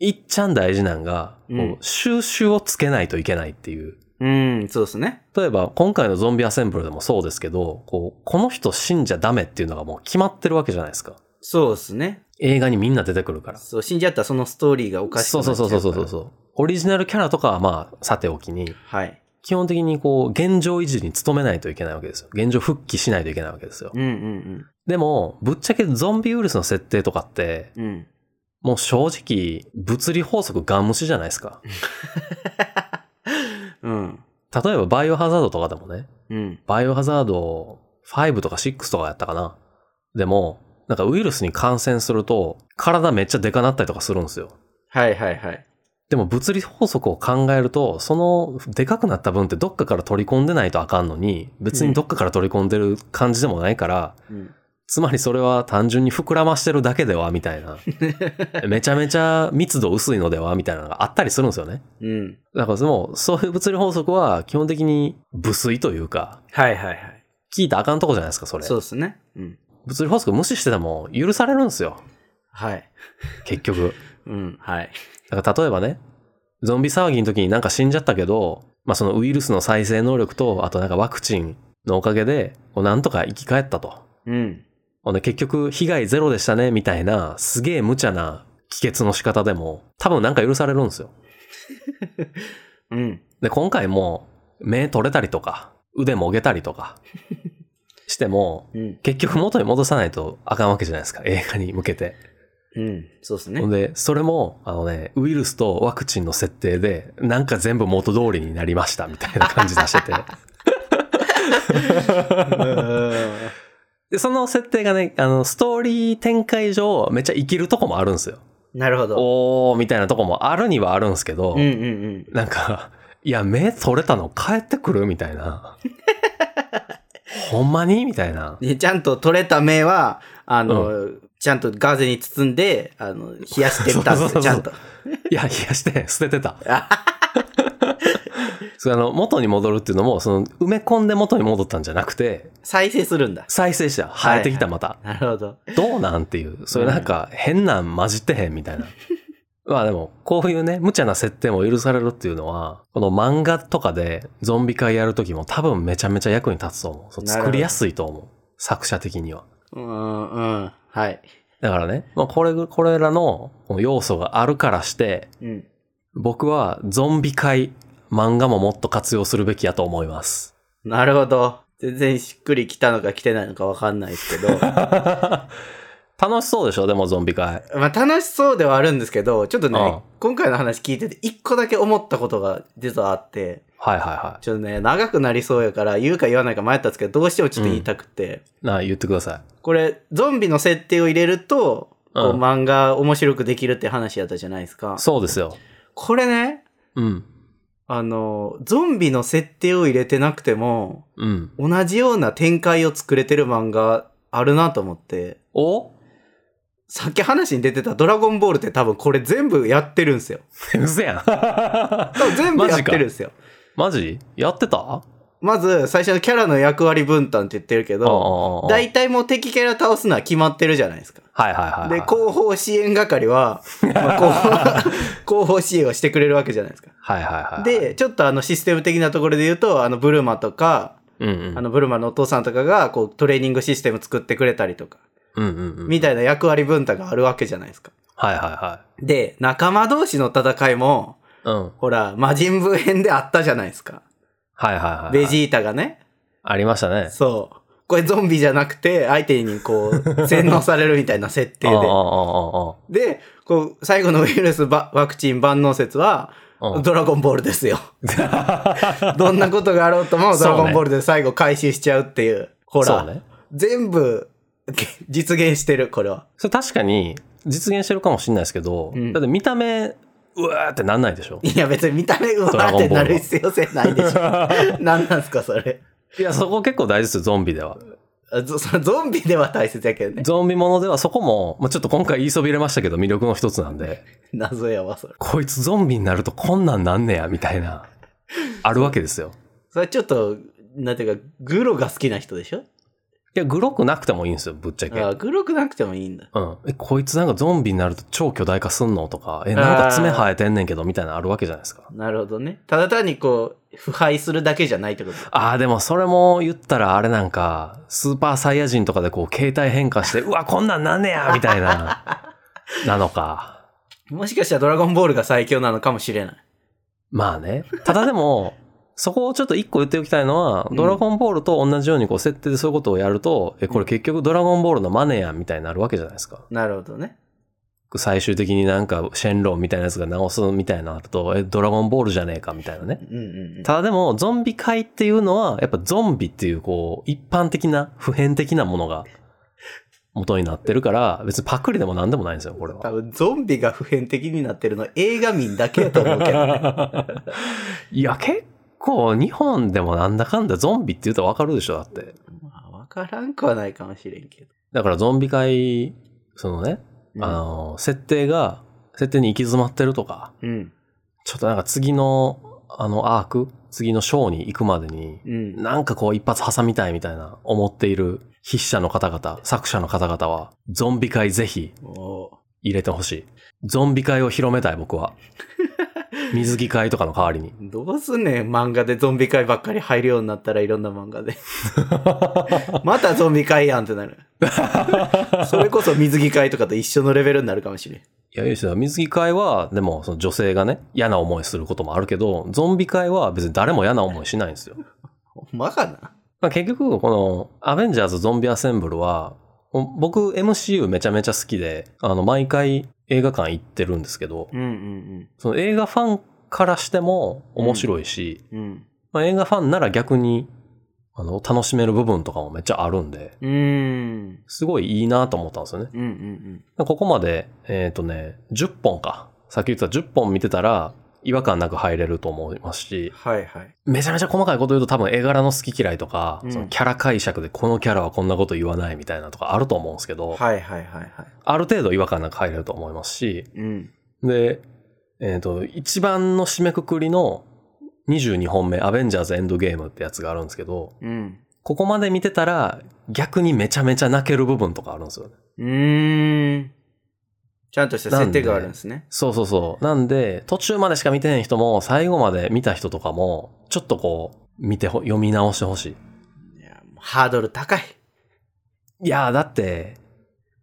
Speaker 1: いっちゃん大事なんが、こう
Speaker 2: うん
Speaker 1: 収集をつけないといけないっていう。
Speaker 2: うん、そうですね。
Speaker 1: 例えば、今回のゾンビアセンブルでもそうですけど、こう、この人死んじゃダメっていうのがもう決まってるわけじゃないですか。
Speaker 2: そうですね。
Speaker 1: 映画にみんな出てくるから。
Speaker 2: そう、死んじゃったらそのストーリーがおかしく
Speaker 1: そ
Speaker 2: な
Speaker 1: う
Speaker 2: っち
Speaker 1: そ
Speaker 2: ゃ
Speaker 1: う
Speaker 2: うか
Speaker 1: そ
Speaker 2: ら。
Speaker 1: うそうそうそう。オリジナルキャラとかはまあ、さておきに、
Speaker 2: はい。
Speaker 1: 基本的にこう、現状維持に努めないといけないわけですよ。現状復帰しないといけないわけですよ。
Speaker 2: うんうん
Speaker 1: でも、ぶっちゃけゾンビウイルスの設定とかって、
Speaker 2: うん。うん。
Speaker 1: もう正直、物理法則ガン無視じゃないですか。
Speaker 2: うん。
Speaker 1: 例えば、バイオハザードとかでもね、
Speaker 2: うん。
Speaker 1: バイオハザード5とか6とかやったかな。でも、なんかウイルスに感染すると、体めっちゃデカなったりとかするんですよ。
Speaker 2: はいはいはい。
Speaker 1: でも物理法則を考えると、そのでかくなった分ってどっかから取り込んでないとあかんのに、別にどっかから取り込んでる感じでもないから、
Speaker 2: うん。
Speaker 1: つまりそれは単純に膨らましてるだけでは、みたいな。めちゃめちゃ密度薄いのでは、みたいなのがあったりするんですよね。
Speaker 2: うん。
Speaker 1: だからもう、そういう物理法則は基本的に無粋というか、
Speaker 2: はいはいはい。
Speaker 1: 聞いたらあかんとこじゃないですか、それ。
Speaker 2: そうですね。うん。
Speaker 1: 物理法則無視してても許されるんですよ。
Speaker 2: はい。
Speaker 1: 結局。
Speaker 2: うん。はい。
Speaker 1: だから例えばね、ゾンビ騒ぎの時になんか死んじゃったけど、まあそのウイルスの再生能力と、あとなんかワクチンのおかげで、こうなんとか生き返ったと。
Speaker 2: うん。
Speaker 1: ほんで結局被害ゼロでしたね、みたいな、すげえ無茶な帰結の仕方でも、多分なんか許されるんですよ。
Speaker 2: うん。
Speaker 1: で、今回も、目取れたりとか、腕もげたりとか、しても、
Speaker 2: うん。
Speaker 1: 結局元に戻さないとあかんわけじゃないですか、映画に向けて。
Speaker 2: うん。そうです
Speaker 1: ほん
Speaker 2: ね。
Speaker 1: で、それも、あのね、ウイルスとワクチンの設定で、なんか全部元通りになりました、みたいな感じ出 してて。で、その設定がね、あの、ストーリー展開上、めっちゃ生きるとこもあるんですよ。
Speaker 2: なるほど。
Speaker 1: おー、みたいなとこもあるにはあるんですけど、
Speaker 2: うんうんうん。
Speaker 1: なんか、いや、目取れたの帰ってくるみたい な。ほんまにみたいな。
Speaker 2: ねちゃんと取れた目は、あの、ちゃんとガーゼに包んで、あの、冷やしてみたんで
Speaker 1: そうそうそ
Speaker 2: すよ、
Speaker 1: う
Speaker 2: ちゃんと。
Speaker 1: いや、冷やして、捨てて た。それあの、元に戻るっていうのも、その、埋め込んで元に戻ったんじゃなくて、
Speaker 2: 再生するんだ。
Speaker 1: 再生した。生えてきた、また。
Speaker 2: なるほど。
Speaker 1: どうなんっていう、そういうなんか変なん混じってへんみたいな。 まあでも、こういうね、無茶な設定も許されるっていうのは、この漫画とかでゾンビ会やるときも多分めちゃめちゃ役に立つと思う。そう
Speaker 2: なるほど
Speaker 1: 作りやすいと思う。作者的には。
Speaker 2: うんうん。はい。
Speaker 1: だからね、まあこれ、これらのこの要素があるからして、
Speaker 2: うん。
Speaker 1: 僕はゾンビ会、漫画ももっと活用するべきやと思い ます。
Speaker 2: なるほど。全然しっくりきたのか来てないのかわかんないですけ ど。
Speaker 1: 楽しそうでしょでもゾンビ会。
Speaker 2: まあ楽しそうではあるんですけど、ちょっとね、
Speaker 1: うん
Speaker 2: 今回の話聞いてて、一個だけ思ったことが実はあって、
Speaker 1: はいはいは
Speaker 2: ちょっとね、長くなりそうやから、言うか言わないか迷ったんですけど、どうしてもちょっと言いたくて、
Speaker 1: い。なあ、言ってくださ
Speaker 2: これ、ゾンビの設定を入れると、こう
Speaker 1: うん
Speaker 2: 漫画面白くできるって話やったじゃないですか
Speaker 1: い。。そうですよ。
Speaker 2: これね、
Speaker 1: うん。
Speaker 2: あの、ゾンビの設定を入れてなくても、
Speaker 1: うん。
Speaker 2: 同じような展開を作れてる漫画あるなと思って、
Speaker 1: お
Speaker 2: さっき話に出てたドラゴンボールって多分これ全部やってるんですよ。
Speaker 1: 嘘 やん。
Speaker 2: 多分全部
Speaker 1: マ
Speaker 2: やっ
Speaker 1: ジ
Speaker 2: て
Speaker 1: か
Speaker 2: るんですよ。
Speaker 1: マジやってた
Speaker 2: まず、最初のキャラの役割分担って言ってるけど、
Speaker 1: あはい
Speaker 2: 大体もう敵キャラ倒すのは決まってるじゃないですか。
Speaker 1: はいはい。
Speaker 2: で、後方支援係 は、まあ後方 後方支援をしてくれるわけじゃないですか。
Speaker 1: はいはいはい。、
Speaker 2: で、ちょっとあのシステム的なところで言うと、あのブルマとか、
Speaker 1: うんうん。
Speaker 2: あのブルマのお父さんとかがこうトレーニングシステム作ってくれたりとか、
Speaker 1: うんうんうん。
Speaker 2: みたいな役割分担があるわけじゃないですか。
Speaker 1: はいはいは
Speaker 2: で、仲間同士の戦いも、
Speaker 1: い。うん。はい
Speaker 2: ほら、魔人ブー編であったじゃないですか。
Speaker 1: はいはい。
Speaker 2: ベジータがね。
Speaker 1: ありましたね。
Speaker 2: そう。これゾンビじゃなくて、相手にこ う、洗脳されるみたいな設定
Speaker 1: あああああ
Speaker 2: で。で、こう、最後のウイルスばワクチン万能説は、
Speaker 1: あうん
Speaker 2: ドラゴンボールですよ。どんなことがあろうとも、
Speaker 1: そ
Speaker 2: ド
Speaker 1: う
Speaker 2: ラ
Speaker 1: ね
Speaker 2: ゴンボールで最後回収しちゃうっていう。 ほ
Speaker 1: そ
Speaker 2: ら、
Speaker 1: うね。
Speaker 2: 全部実現してる、これは。
Speaker 1: それ確かに実現してるかもしれないですけど、
Speaker 2: うん
Speaker 1: だって見た目、うわーってなんないでしょ
Speaker 2: いや、別に見た目うわーって なる必要性ないでしょ。何なんすか、それ。
Speaker 1: いや、そこ結構大事ですよ、ゾンビでは。
Speaker 2: あゾそのゾンビでは大切やけどね。
Speaker 1: ゾンビものではそこも、まあ、ちょっと今回言いそびれましたけど魅力の一つなんで、
Speaker 2: 謎やわ、それ。
Speaker 1: こいつゾンビになるとこんなんなんねや、みたいな、あるわけですよ。
Speaker 2: それちょっと、なんていうか、グロが好きな人でしょ
Speaker 1: いや、グロくなくてもいいんですよ、ぶっちゃけ。
Speaker 2: あグロくなくてもいいんだ。
Speaker 1: うん。え、こいつなんかゾンビになると超巨大化すんのとか、え、なんか爪生えてんねんけど、みたいなのあるわけじゃないですか。
Speaker 2: なるほどね。ただ単にこう、腐敗するだけじゃないってこと。
Speaker 1: ああ、でもそれも言ったらあれなんか、スーパーサイヤ人とかでこう、携帯変化して、うわ、こんなんなんねやみたいな、なのか。
Speaker 2: もしかしたらドラゴンボールが最強なのかもしれない。
Speaker 1: まあね。ただでも、そこをちょっと一個言っておきたいのは、
Speaker 2: うん
Speaker 1: ドラゴンボールと同じようにこう、設定でそういうことをやると、え、これ結局ドラゴンボールのマネーやんみたいになるわけじゃないですか。
Speaker 2: なるほどね。
Speaker 1: 最終的になんか、シェンロンみたいなやつが直すみたいなのあると、え、ドラゴンボールじゃねえかみたいなね。
Speaker 2: うんうんうん。
Speaker 1: ただでも、ゾンビ界っていうのは、やっぱゾンビっていう、こう、一般的な、普遍的なものが元になってるから、別にパクリでも何でもないんですよ、これ
Speaker 2: 多
Speaker 1: は。
Speaker 2: 分ゾンビが普遍的になってるの映画民だけやと思う けどね。
Speaker 1: いや、結構、日本でもなんだかんだゾンビって言うとわかるでしょ、だって。
Speaker 2: まあ、わからんくはないかもしれんけど。
Speaker 1: だからゾンビ界、そのね、
Speaker 2: うん
Speaker 1: あの、設定が、設定に行き詰まってるとか、
Speaker 2: うん。
Speaker 1: ちょっとなんか次の、あの、アーク、次のショーに行くまでに、
Speaker 2: うん。
Speaker 1: なんかこう一発挟みたいみたいな思っている筆者の方々、作者の方々は、ゾンビ界ぜひ
Speaker 2: おー
Speaker 1: 入れてほしい。ゾンビ界を広めたい僕 は。水着界とかの代わりに。
Speaker 2: どうすんねん、漫画でゾンビ界ばっかり入るようになったらいろんな漫画で。 またゾンビ界やんってな る。それこそ水着界とかと一緒のレベルになるかもしれん。
Speaker 1: いや、いいですよ。水着界は、でも、その女性がね、嫌な思いすることもあるけど、ゾンビ界は別に誰も嫌な思いしないんですよ。
Speaker 2: ほんまかな
Speaker 1: まあ、結局、この、アベンジャーズゾンビアセンブルは、僕、MCU めちゃめちゃ好きで、あの、毎回映画館行ってるんですけど、
Speaker 2: うんうん
Speaker 1: その映画ファンからしても面白いし、
Speaker 2: うん。うん。
Speaker 1: まあ、映画ファンなら逆にあの楽しめる部分とかもめっちゃあるんで、
Speaker 2: うーん。
Speaker 1: すごいいいなと思ったんですよね。
Speaker 2: うんうん
Speaker 1: ここまで、えっ、とね、10本か。さっき言ってた10本見てたら、違和感なく入れると思います
Speaker 2: う
Speaker 1: し
Speaker 2: ん。、はいはい。
Speaker 1: めちゃめちゃ細かいこと言うと多分絵柄の好き嫌いとか、
Speaker 2: うん
Speaker 1: そのキャラ解釈でこのキャラはこんなこと言わないみたいなとかあると思うんですけど、
Speaker 2: はいはいはいはい。
Speaker 1: ある程度違和感なく入れると思いますし、
Speaker 2: うん。
Speaker 1: で、えっ、と、一番の締めくくりの22本目、アベンジャーズエンドゲームってやつがあるんですけど、
Speaker 2: うん。
Speaker 1: ここまで見てたら逆にめちゃめちゃ泣ける部分とかあるんですよね。
Speaker 2: うーん。ちゃんとした設定があるんですね。
Speaker 1: そうそうそう。なんで、途中までしか見てない人も、最後まで見た人とかも、ちょっとこう、見てほ、読み直してほし
Speaker 2: いやもうハードル高い。
Speaker 1: い。いやー、だって、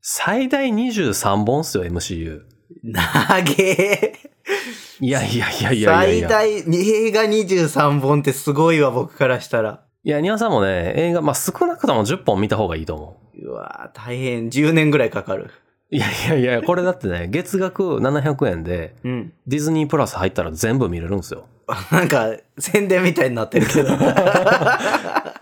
Speaker 1: 最大23本っすよ、MCU。
Speaker 2: なげー。
Speaker 1: いやいやいやいやいやいや。
Speaker 2: 最大、映画23本ってすごいわ、僕からしたら。
Speaker 1: いや、ニワさんもね、映画、まあ、少なくとも10本見た方がいいと思う。
Speaker 2: うわー大変。10年ぐらいかかる。
Speaker 1: いやいやいや、これだってね、 月額700円で、
Speaker 2: うん。
Speaker 1: ディズニープラス入ったら全部見れるんですよ。
Speaker 2: あ なんか、宣伝みたいになってるけど。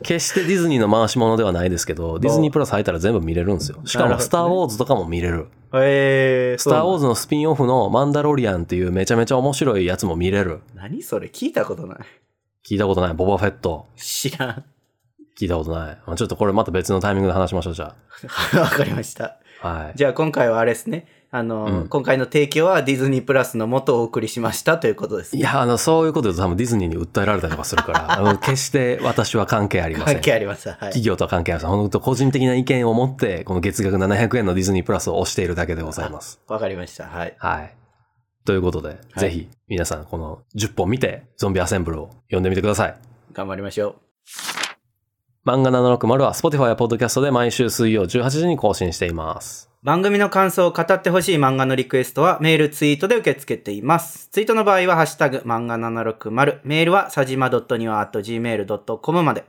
Speaker 1: 決してディズニーの回し物ではないですけど、ディズニープラス入ったら全部見れるんですよ。しか
Speaker 2: なるほど
Speaker 1: も、
Speaker 2: ね
Speaker 1: スター・ウォーズとかも見れる。
Speaker 2: えー、
Speaker 1: スター・ウォー
Speaker 2: ズ。
Speaker 1: ズのスピンオフのマンダロリアンっていうめちゃめちゃ面白いやつも見れる。
Speaker 2: 何それ聞いたことない。
Speaker 1: 聞いたことない。ボバフェット。
Speaker 2: 知らん。
Speaker 1: 聞いたことない。まあちょっとこれまた別のタイミングで話しましょう、じゃ
Speaker 2: わかりました。
Speaker 1: あ。はい。
Speaker 2: じゃあ今回はあれですね。あの、
Speaker 1: うん
Speaker 2: 今回の提供はディズニープラスの元をお送りしましたということです
Speaker 1: い
Speaker 2: ね。
Speaker 1: や、あの、そういうことで多分ディズニーに訴えられたりとかする から、あの、決して私は関係ありません。
Speaker 2: 関係あります。はい。
Speaker 1: 企業とは関係ありません。本当個人的な意見を持って、この月額700円のディズニープラスを押しているだけでございます。
Speaker 2: わかりました。はい。
Speaker 1: はい。ということで、ぜひ皆さんこの10本見て、ゾンビアセンブルを読んでみてください。
Speaker 2: 頑張りましょ
Speaker 1: 漫画760は Spotify や Podcast で毎週水曜18時に更新しています。
Speaker 2: う。番組の感想を語ってほしい漫画のリクエストはメール、ツイートで受け付けています。ツイートの場合はハッシュタグ漫画760、メールはさじま .niwa.gmail.com まで。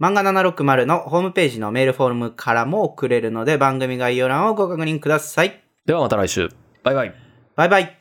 Speaker 2: 漫画760のホームページのメールフォームからも送れるので番組概要欄をご確認ください。
Speaker 1: ではまた来週。バイバイ。
Speaker 2: バイバイ。